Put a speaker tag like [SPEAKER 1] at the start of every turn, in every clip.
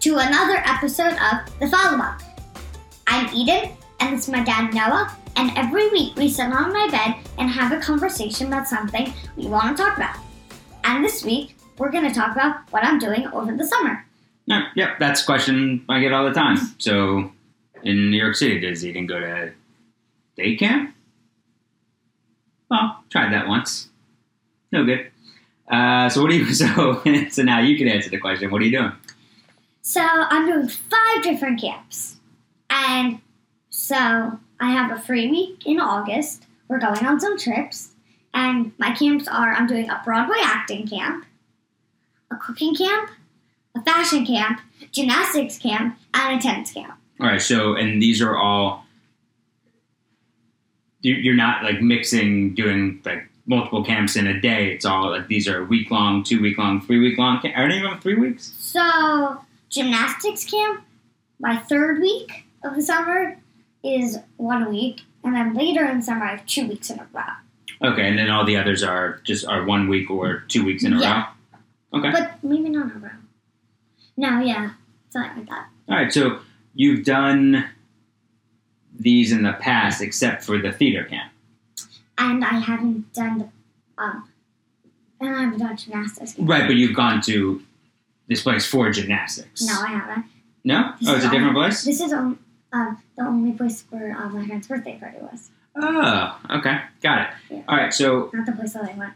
[SPEAKER 1] to another episode of The Follow Up. I'm Eden, and this is my dad Noah, and every week we sit on my bed and have a conversation about something we want to talk about. And this week, we're going to talk about what I'm doing over the summer.
[SPEAKER 2] No, yep, that's a question I get all the time. So, in New York City, does Eden go to day camp? Well, tried that once. No good. Uh, so what do you? So so now you can answer the question. What are you doing?
[SPEAKER 1] So I'm doing five different camps. And so I have a free week in August. We're going on some trips. And my camps are I'm doing a Broadway acting camp, a cooking camp, a fashion camp, gymnastics camp, and a tennis camp.
[SPEAKER 2] All right. So and these are all. you- You're not like mixing, doing like multiple camps in a day. It's all like these are week long, two week long, three week long. Cam- Are any of them three weeks?
[SPEAKER 1] So gymnastics camp, my third week of the summer is one week. And then later in summer, I have two weeks in a row.
[SPEAKER 2] Okay, and then all the others are just are one week or two weeks in a
[SPEAKER 1] Yeah.
[SPEAKER 2] row. Okay.
[SPEAKER 1] But maybe not in a row. No, yeah, something like that.
[SPEAKER 2] All right, so you've done these in the past, except for the theater camp.
[SPEAKER 1] And I haven't done the, um, and I haven't done gymnastics. camp.
[SPEAKER 2] Right, but you've gone to this place for gymnastics.
[SPEAKER 1] No, I haven't.
[SPEAKER 2] No? Oh, it's a different place?
[SPEAKER 1] This is um, um, the only place where uh, my friend's birthday party was.
[SPEAKER 2] Oh, okay. Got
[SPEAKER 1] Yeah.
[SPEAKER 2] it. All right, so
[SPEAKER 1] Not the place that I went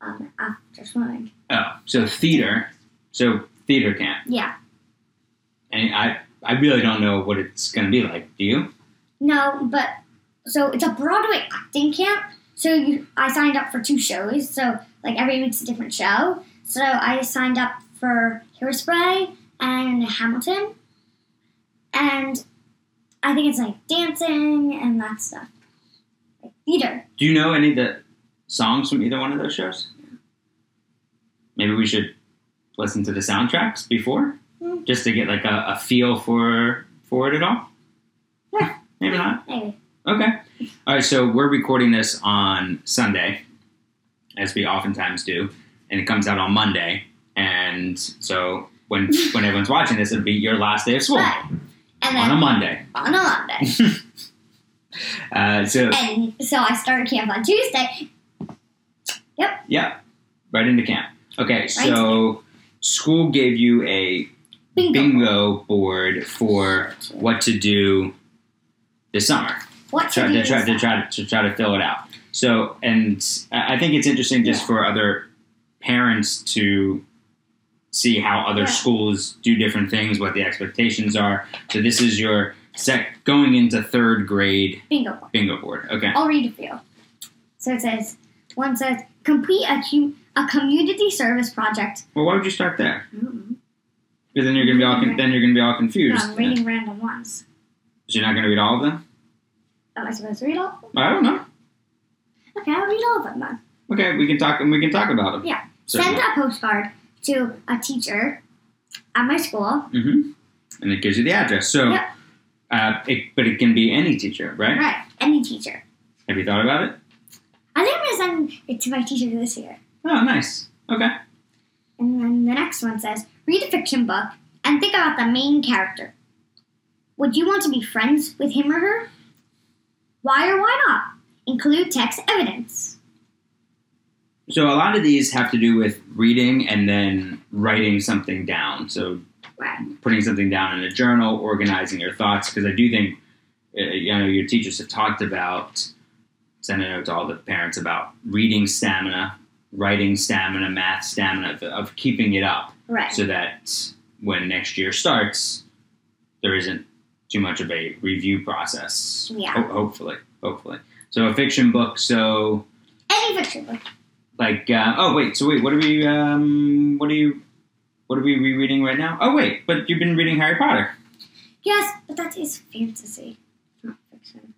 [SPEAKER 1] um, after swimming.
[SPEAKER 2] oh, so theater. So theater camp.
[SPEAKER 1] Yeah.
[SPEAKER 2] And I I really don't know what it's going to be like, do you?
[SPEAKER 1] No, but so it's a Broadway acting camp. So you, I signed up for two shows. So like every week's a different show. So I signed up for Hairspray and Hamilton, and I think it's like dancing and that stuff, like theater.
[SPEAKER 2] Do you know any of the songs from either one of those shows? Maybe we should listen to the soundtracks before,
[SPEAKER 1] Hmm.
[SPEAKER 2] just to get like a, a feel for for it at all.
[SPEAKER 1] Yeah.
[SPEAKER 2] maybe not.
[SPEAKER 1] Anyway,
[SPEAKER 2] Okay. All right. So we're recording this on Sunday, as we oftentimes do, and it comes out on Monday. And so when when everyone's watching this, it'll be your last day of school
[SPEAKER 1] Right. and
[SPEAKER 2] on a
[SPEAKER 1] then
[SPEAKER 2] Monday.
[SPEAKER 1] on a Monday.
[SPEAKER 2] Uh, so
[SPEAKER 1] and so I started camp on Tuesday.
[SPEAKER 2] yeah, right into camp. Okay. So school gave you a
[SPEAKER 1] Bingo.
[SPEAKER 2] bingo board for what to do this summer.
[SPEAKER 1] What
[SPEAKER 2] Try
[SPEAKER 1] to do
[SPEAKER 2] to try
[SPEAKER 1] this
[SPEAKER 2] to try to try to fill it out. So, and I I think it's interesting just
[SPEAKER 1] Yeah.
[SPEAKER 2] for other parents to see how other
[SPEAKER 1] Yeah.
[SPEAKER 2] schools do different things, what the expectations are. So, this is your sec going into third grade
[SPEAKER 1] Bingo.
[SPEAKER 2] bingo board. Okay.
[SPEAKER 1] I'll read a few. So it says, one says, complete a, cu- a community service project.
[SPEAKER 2] Well, why would you start there?
[SPEAKER 1] mm
[SPEAKER 2] Because then you're gonna be all con- then you're gonna be all
[SPEAKER 1] No,
[SPEAKER 2] confused.
[SPEAKER 1] I'm reading random ones.
[SPEAKER 2] So you're not gonna read all of them.
[SPEAKER 1] Am I supposed to read all?
[SPEAKER 2] I don't know.
[SPEAKER 1] Okay, I'll read all of them then.
[SPEAKER 2] Okay, we can talk and we can talk about them.
[SPEAKER 1] Yeah.
[SPEAKER 2] So,
[SPEAKER 1] Send a postcard to a teacher at my school.
[SPEAKER 2] Mm-hmm. And it gives you the address. So,
[SPEAKER 1] Yep.
[SPEAKER 2] uh, it, but it can be any teacher, right?
[SPEAKER 1] Right, any teacher.
[SPEAKER 2] Have you thought about it?
[SPEAKER 1] I think I'm going to send it to my teacher this year.
[SPEAKER 2] Oh, nice. Okay.
[SPEAKER 1] And then the next one says, read a fiction book and think about the main character. Would you want to be friends with him or her? Why or why not? Include text evidence.
[SPEAKER 2] So a lot of these have to do with reading and then writing something down. So
[SPEAKER 1] Right.
[SPEAKER 2] putting something down in a journal, organizing your thoughts, because I do think uh, you know your teachers have talked about sending out to all the parents about reading stamina, writing stamina, math stamina, of, of keeping it up.
[SPEAKER 1] Right.
[SPEAKER 2] so that when next year starts, there isn't too much of a review process.
[SPEAKER 1] Yeah.
[SPEAKER 2] Ho- hopefully, hopefully. So a fiction book. So
[SPEAKER 1] any fiction book.
[SPEAKER 2] like, uh, oh wait. So wait, what are we? Um, what are you? What are we rereading right now? Oh wait, but you've been reading Harry Potter.
[SPEAKER 1] Yes, but that is fantasy, not fiction.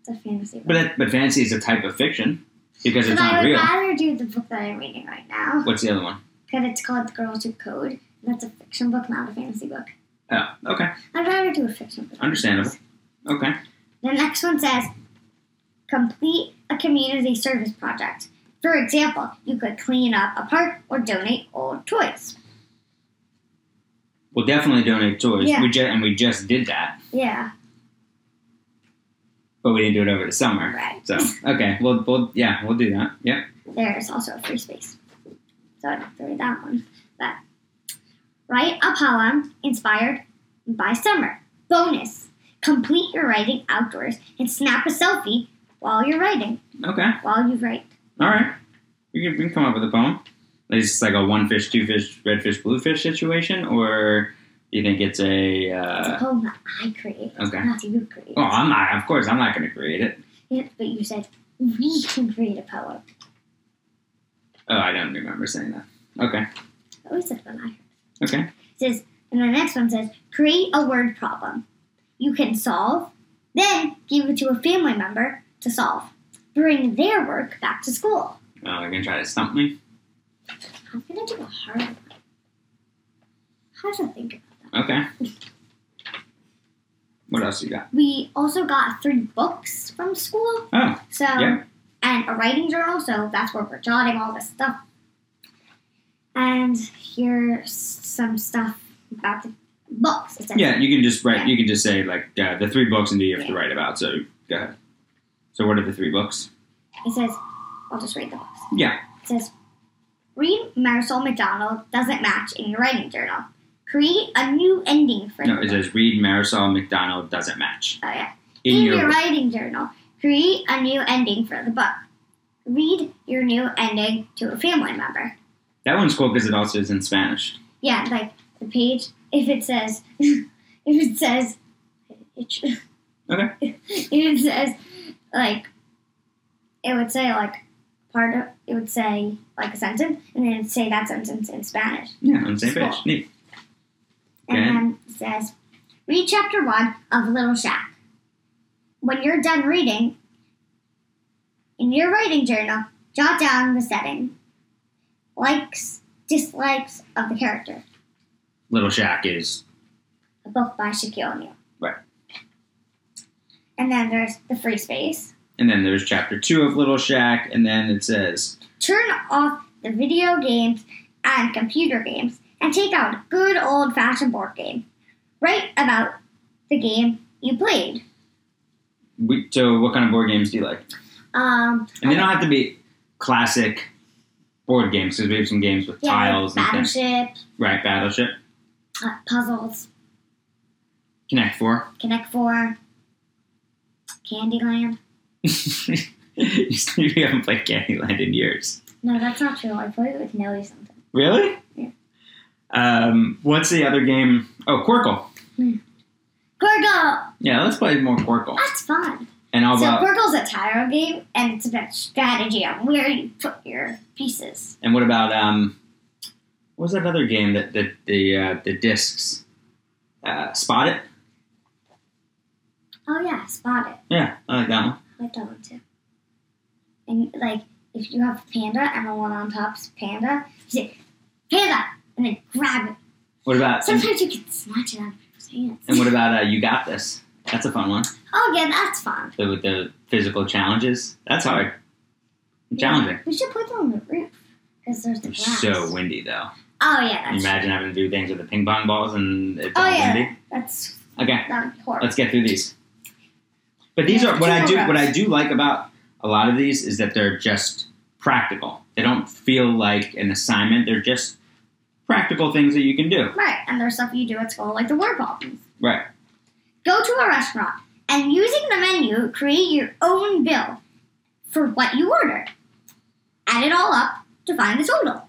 [SPEAKER 1] It's a fantasy book.
[SPEAKER 2] But that, but fantasy is a type of fiction because
[SPEAKER 1] But
[SPEAKER 2] it's
[SPEAKER 1] I
[SPEAKER 2] not
[SPEAKER 1] would
[SPEAKER 2] real.
[SPEAKER 1] rather do the book that I'm reading right now,
[SPEAKER 2] What's the other one?
[SPEAKER 1] because it's called The Girls Who Code, and that's a fiction book, not a fantasy book.
[SPEAKER 2] Oh, okay,
[SPEAKER 1] I'd rather do a fiction book.
[SPEAKER 2] understandable. Okay,
[SPEAKER 1] The next one says, complete a community service project. For example, you could clean up a park or donate old toys.
[SPEAKER 2] We'll definitely donate toys.
[SPEAKER 1] Yeah.
[SPEAKER 2] We ju- and we just did that,
[SPEAKER 1] Yeah.
[SPEAKER 2] but we didn't do it over the summer.
[SPEAKER 1] Right.
[SPEAKER 2] So okay, we'll, we'll yeah, we'll do that. Yep.
[SPEAKER 1] There's also a free space. So I'd have to read that one. But write a poem inspired by summer. Bonus. Complete your writing outdoors and snap a selfie while you're writing.
[SPEAKER 2] Okay.
[SPEAKER 1] While you write.
[SPEAKER 2] All right. We can, we can come up with a poem. Is this like a one fish, two fish, red fish, blue fish situation, or do you think it's a?
[SPEAKER 1] It's a
[SPEAKER 2] Uh,
[SPEAKER 1] poem that I create.
[SPEAKER 2] okay.
[SPEAKER 1] Not you create.
[SPEAKER 2] Well, I'm not. Of course, I'm not going to create it.
[SPEAKER 1] Yeah, but you said we can create a poem.
[SPEAKER 2] Oh, I don't remember saying that. Okay.
[SPEAKER 1] I always said when I
[SPEAKER 2] Okay.
[SPEAKER 1] says, and the next one says, create a word problem you can solve, then give it to a family member to solve. Bring their work back to school.
[SPEAKER 2] Oh, they're going to try to stump me.
[SPEAKER 1] I'm gonna do a hard one. How to think about that?
[SPEAKER 2] Okay. What else you got?
[SPEAKER 1] We also got three books from school.
[SPEAKER 2] Oh,
[SPEAKER 1] So
[SPEAKER 2] Yeah.
[SPEAKER 1] and a writing journal, so that's where we're jotting all this stuff. And here's some stuff about the books. It says,
[SPEAKER 2] yeah. You can just write. You can just say like uh, the three books and do you have to write about. So go ahead. So what are the three books?
[SPEAKER 1] It says, I'll just read the books.
[SPEAKER 2] Yeah.
[SPEAKER 1] It says, read Marisol McDonald doesn't match in your writing journal. Create a new ending for
[SPEAKER 2] No,
[SPEAKER 1] the
[SPEAKER 2] it
[SPEAKER 1] book."
[SPEAKER 2] says read Marisol McDonald doesn't match
[SPEAKER 1] Oh, yeah.
[SPEAKER 2] in, your,
[SPEAKER 1] writing journal, create a new ending for the book. Read your new ending to a family member.
[SPEAKER 2] That one's cool because it also is in Spanish.
[SPEAKER 1] Yeah, like the page. If it says, if it says, it should-
[SPEAKER 2] Okay.
[SPEAKER 1] if it says, like, it would say like part of it would say like a sentence, and then it'd say that sentence in Spanish.
[SPEAKER 2] Yeah, on the same
[SPEAKER 1] Cool.
[SPEAKER 2] page. Neat. Okay.
[SPEAKER 1] And then it says, read chapter one of Little Shack. When you're done reading, in your writing journal, jot down the setting, likes, dislikes of the character.
[SPEAKER 2] Little Shack is
[SPEAKER 1] A book by Shaquille O'Neal.
[SPEAKER 2] Right.
[SPEAKER 1] And then there's the free space.
[SPEAKER 2] and then there's chapter two of Little Shack, and then it says
[SPEAKER 1] Turn off the video games and computer games and take out a good old fashioned board game. Write about the game you played.
[SPEAKER 2] we, so what kind of board games do you like?
[SPEAKER 1] Um,
[SPEAKER 2] And they don't have to be classic board games because we have some games with
[SPEAKER 1] Yeah,
[SPEAKER 2] tiles and things.
[SPEAKER 1] Battleship,
[SPEAKER 2] Right, Battleship.
[SPEAKER 1] uh, puzzles,
[SPEAKER 2] Connect Four.
[SPEAKER 1] Connect Four, Candyland.
[SPEAKER 2] you still- you haven't played Candyland in years.
[SPEAKER 1] No, that's not true. I played it with Nelly something.
[SPEAKER 2] Really?
[SPEAKER 1] Yeah.
[SPEAKER 2] Um, what's the other game? Oh, Quirkle.
[SPEAKER 1] Quirkle,
[SPEAKER 2] Yeah, let's play more Quirkle.
[SPEAKER 1] that's fun.
[SPEAKER 2] And how
[SPEAKER 1] so
[SPEAKER 2] about
[SPEAKER 1] Quirkle's a tarot game, and it's about strategy on where you put your pieces.
[SPEAKER 2] And what about um, what was that other game that the the uh, the discs uh, spot it?
[SPEAKER 1] Oh yeah, spot it.
[SPEAKER 2] Yeah, I like that one.
[SPEAKER 1] I like that one too. And like, if you have panda and the one on top's panda, you say panda, and then grab it.
[SPEAKER 2] What about and,
[SPEAKER 1] Sometimes you can snatch it out of people's hands.
[SPEAKER 2] and what about uh, you got this? That's a fun one.
[SPEAKER 1] oh yeah, that's fun.
[SPEAKER 2] The, with the physical challenges. That's hard. Challenging.
[SPEAKER 1] We should put them on the roof because there's the
[SPEAKER 2] It's
[SPEAKER 1] glass.
[SPEAKER 2] so windy though.
[SPEAKER 1] Oh yeah,
[SPEAKER 2] Can you
[SPEAKER 1] that's
[SPEAKER 2] imagine having to do things with the ping pong balls and it's
[SPEAKER 1] Oh,
[SPEAKER 2] all
[SPEAKER 1] yeah.
[SPEAKER 2] windy.
[SPEAKER 1] that's
[SPEAKER 2] Okay,
[SPEAKER 1] that would be horrible.
[SPEAKER 2] let's get through these. But these
[SPEAKER 1] Yeah,
[SPEAKER 2] are what I do.
[SPEAKER 1] tutorials.
[SPEAKER 2] What I do like about a lot of these is that they're just practical. They don't feel like an assignment. They're just practical things that you can do.
[SPEAKER 1] Right, and there's stuff you do at school like the word problems.
[SPEAKER 2] Right.
[SPEAKER 1] Go to a restaurant and using the menu, create your own bill for what you order. Add it all up to find the total.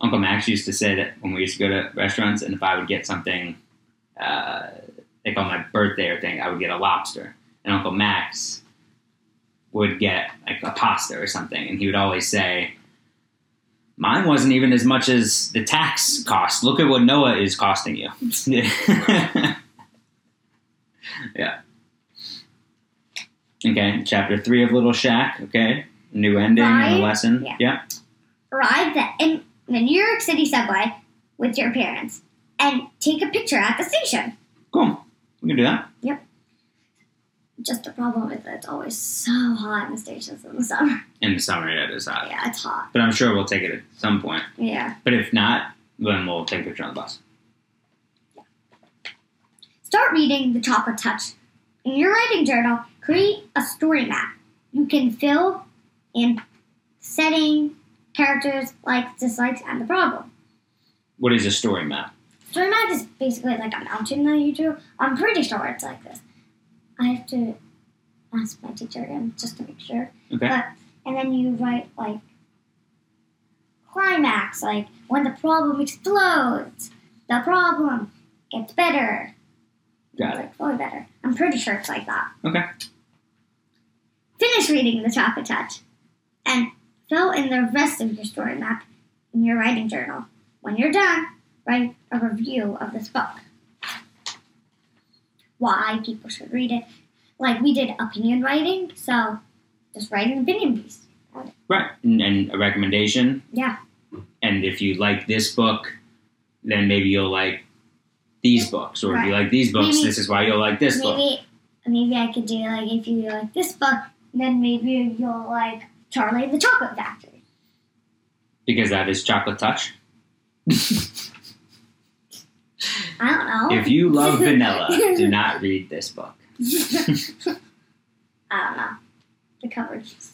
[SPEAKER 2] Uncle Max used to say that when we used to go to restaurants, and if I would get something, uh, like on my birthday or thing, I would get a lobster, and Uncle Max would get like a pasta or something, and he would always say, "Mine wasn't even as much as the tax cost. Look at what Noah is costing you." yeah. Okay, chapter three of Little Shack. Okay, new ending and
[SPEAKER 1] Right?
[SPEAKER 2] a lesson.
[SPEAKER 1] Yeah.
[SPEAKER 2] yeah.
[SPEAKER 1] Ride the in the New York City subway with your parents and take a picture at the station.
[SPEAKER 2] Cool. We can do that.
[SPEAKER 1] Just the problem is that it's always so hot in the stations in the summer.
[SPEAKER 2] in the summer that is hot.
[SPEAKER 1] Yeah, it's hot.
[SPEAKER 2] But I'm sure we'll take it at some point.
[SPEAKER 1] Yeah.
[SPEAKER 2] But if not, Then we'll take a picture on the bus.
[SPEAKER 1] Start reading the top of touch. In your writing journal, create a story map. You can fill in setting, characters, likes, dislikes, and the problem.
[SPEAKER 2] What is a story map?
[SPEAKER 1] Story map is basically like a mountain that you drew. I'm pretty sure it's like this. I have to ask my teacher again just to make sure.
[SPEAKER 2] Okay.
[SPEAKER 1] But- And then you write like climax, like when the problem explodes, the problem gets better.
[SPEAKER 2] Got it.
[SPEAKER 1] Like fully better. I'm pretty sure it's like that.
[SPEAKER 2] Okay.
[SPEAKER 1] Finish reading the Chaka Touch and fill in the rest of your story map in your writing journal. When you're done, write a review of this book. Why people should read it. Like we did opinion writing, so just write an opinion piece.
[SPEAKER 2] Right. And, and a recommendation.
[SPEAKER 1] Yeah.
[SPEAKER 2] And if you like this book, then maybe you'll like these books. Or if you like these books,
[SPEAKER 1] Maybe-
[SPEAKER 2] this is why you'll like this book.
[SPEAKER 1] maybe maybe I could do like if you like this book, then maybe you'll like Charlie and the Chocolate Factory.
[SPEAKER 2] Because that is Chocolate Touch.
[SPEAKER 1] I don't know.
[SPEAKER 2] If you love vanilla, do not read this book.
[SPEAKER 1] I don't know. The cover. just-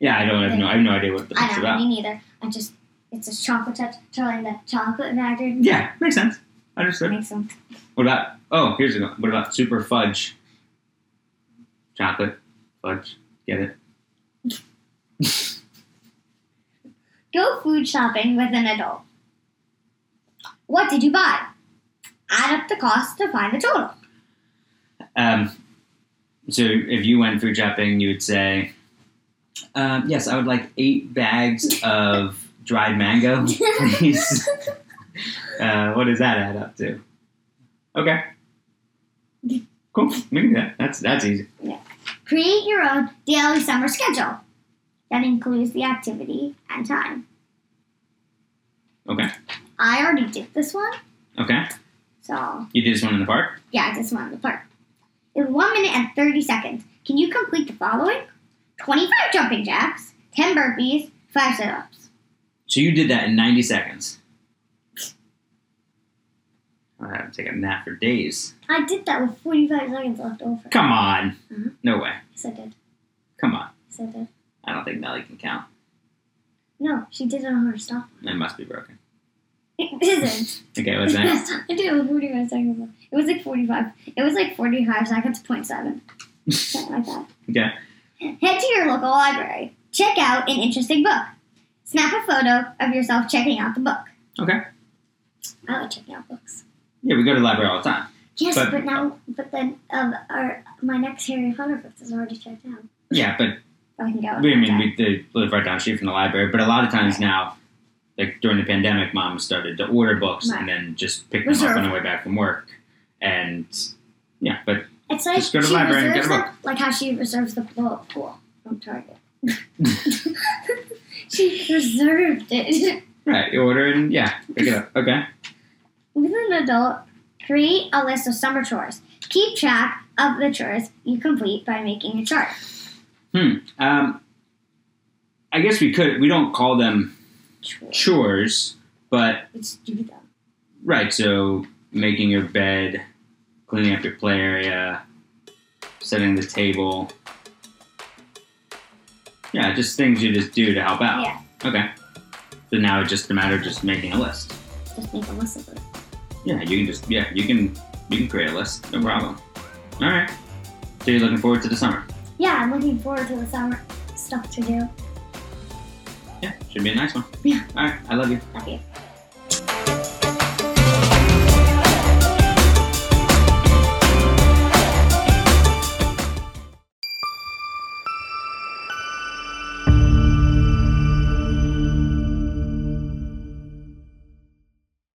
[SPEAKER 2] Yeah, I don't have no, I have no idea what the
[SPEAKER 1] I
[SPEAKER 2] book's
[SPEAKER 1] don't know.
[SPEAKER 2] about.
[SPEAKER 1] Me neither. I just it's just chocolate touch Charlie and the Chocolate Factory.
[SPEAKER 2] Yeah, makes sense. Understood.
[SPEAKER 1] Makes sense.
[SPEAKER 2] What about? Oh, here's a good one. What about super fudge? Chocolate fudge. Get it?
[SPEAKER 1] Go food shopping with an adult. What did you buy? Add up the cost to find the total.
[SPEAKER 2] Um, so if you went food shopping, you would say, um, "Yes, I would like eight bags of dried mango, please." uh, what does that add up to? Okay, cool. We can do that. That's that's easy.
[SPEAKER 1] Create your own daily summer schedule. That includes the activity and time.
[SPEAKER 2] Okay.
[SPEAKER 1] I already did this one,
[SPEAKER 2] Okay,
[SPEAKER 1] so
[SPEAKER 2] you did this one in the park.
[SPEAKER 1] yeah, I did this one in the park. In one minute and 30 seconds, can you complete the following 25 jumping jacks, 10 burpees, 5 sit ups?
[SPEAKER 2] So you did that in ninety seconds. I have to take a nap for days.
[SPEAKER 1] I did that with 45 seconds left over.
[SPEAKER 2] Come on,
[SPEAKER 1] Mhm.
[SPEAKER 2] no way.
[SPEAKER 1] Yes, I did.
[SPEAKER 2] Come on.
[SPEAKER 1] Yes, I did.
[SPEAKER 2] I don't think Nelly can count.
[SPEAKER 1] No, she did it on her stop.
[SPEAKER 2] It must be broken.
[SPEAKER 1] It isn't.
[SPEAKER 2] Okay, what's next?
[SPEAKER 1] I did it with 45 seconds left. It was like 45. It was like 45 seconds, 0.7. Something like that.
[SPEAKER 2] okay.
[SPEAKER 1] Head to your local library. Check out an interesting book. Snap a photo of yourself checking out the book.
[SPEAKER 2] Okay.
[SPEAKER 1] I like checking out books.
[SPEAKER 2] Yeah, we go to the library all the time.
[SPEAKER 1] Yes,
[SPEAKER 2] But-
[SPEAKER 1] but, now, but then um, our my next Harry Potter book is already checked out.
[SPEAKER 2] Yeah, but
[SPEAKER 1] I can go.
[SPEAKER 2] we I mean we they live right down the street from the library. But a lot of times now, like during the pandemic, mom started to order books
[SPEAKER 1] Right.
[SPEAKER 2] and then just pick them up on the way back from work. And yeah, but
[SPEAKER 1] it's like
[SPEAKER 2] just go to the
[SPEAKER 1] she
[SPEAKER 2] library and get
[SPEAKER 1] reserves
[SPEAKER 2] a
[SPEAKER 1] them, like how she reserves the blow-up pool from Target. she reserved it.
[SPEAKER 2] right, you order and yeah, pick it up. Okay,
[SPEAKER 1] With an adult, create a list of summer chores. Keep track of the chores you complete by making a chart.
[SPEAKER 2] um, I guess we could. We don't call them
[SPEAKER 1] Chores.
[SPEAKER 2] chores, but
[SPEAKER 1] Let's do them.
[SPEAKER 2] Right, so making your bed, cleaning up your play area, setting the table. Yeah, just things you just do to help out.
[SPEAKER 1] Yeah.
[SPEAKER 2] Okay. So now it's just a matter of just making a list.
[SPEAKER 1] Just make a list of them.
[SPEAKER 2] Yeah, you can just yeah, you can you can create a list, no problem. Alright. So you're looking forward to the summer.
[SPEAKER 1] Yeah, I'm looking forward to the summer stuff to do.
[SPEAKER 2] Yeah, should be a nice one.
[SPEAKER 1] Yeah.
[SPEAKER 2] Alright, I love you.
[SPEAKER 1] Love you.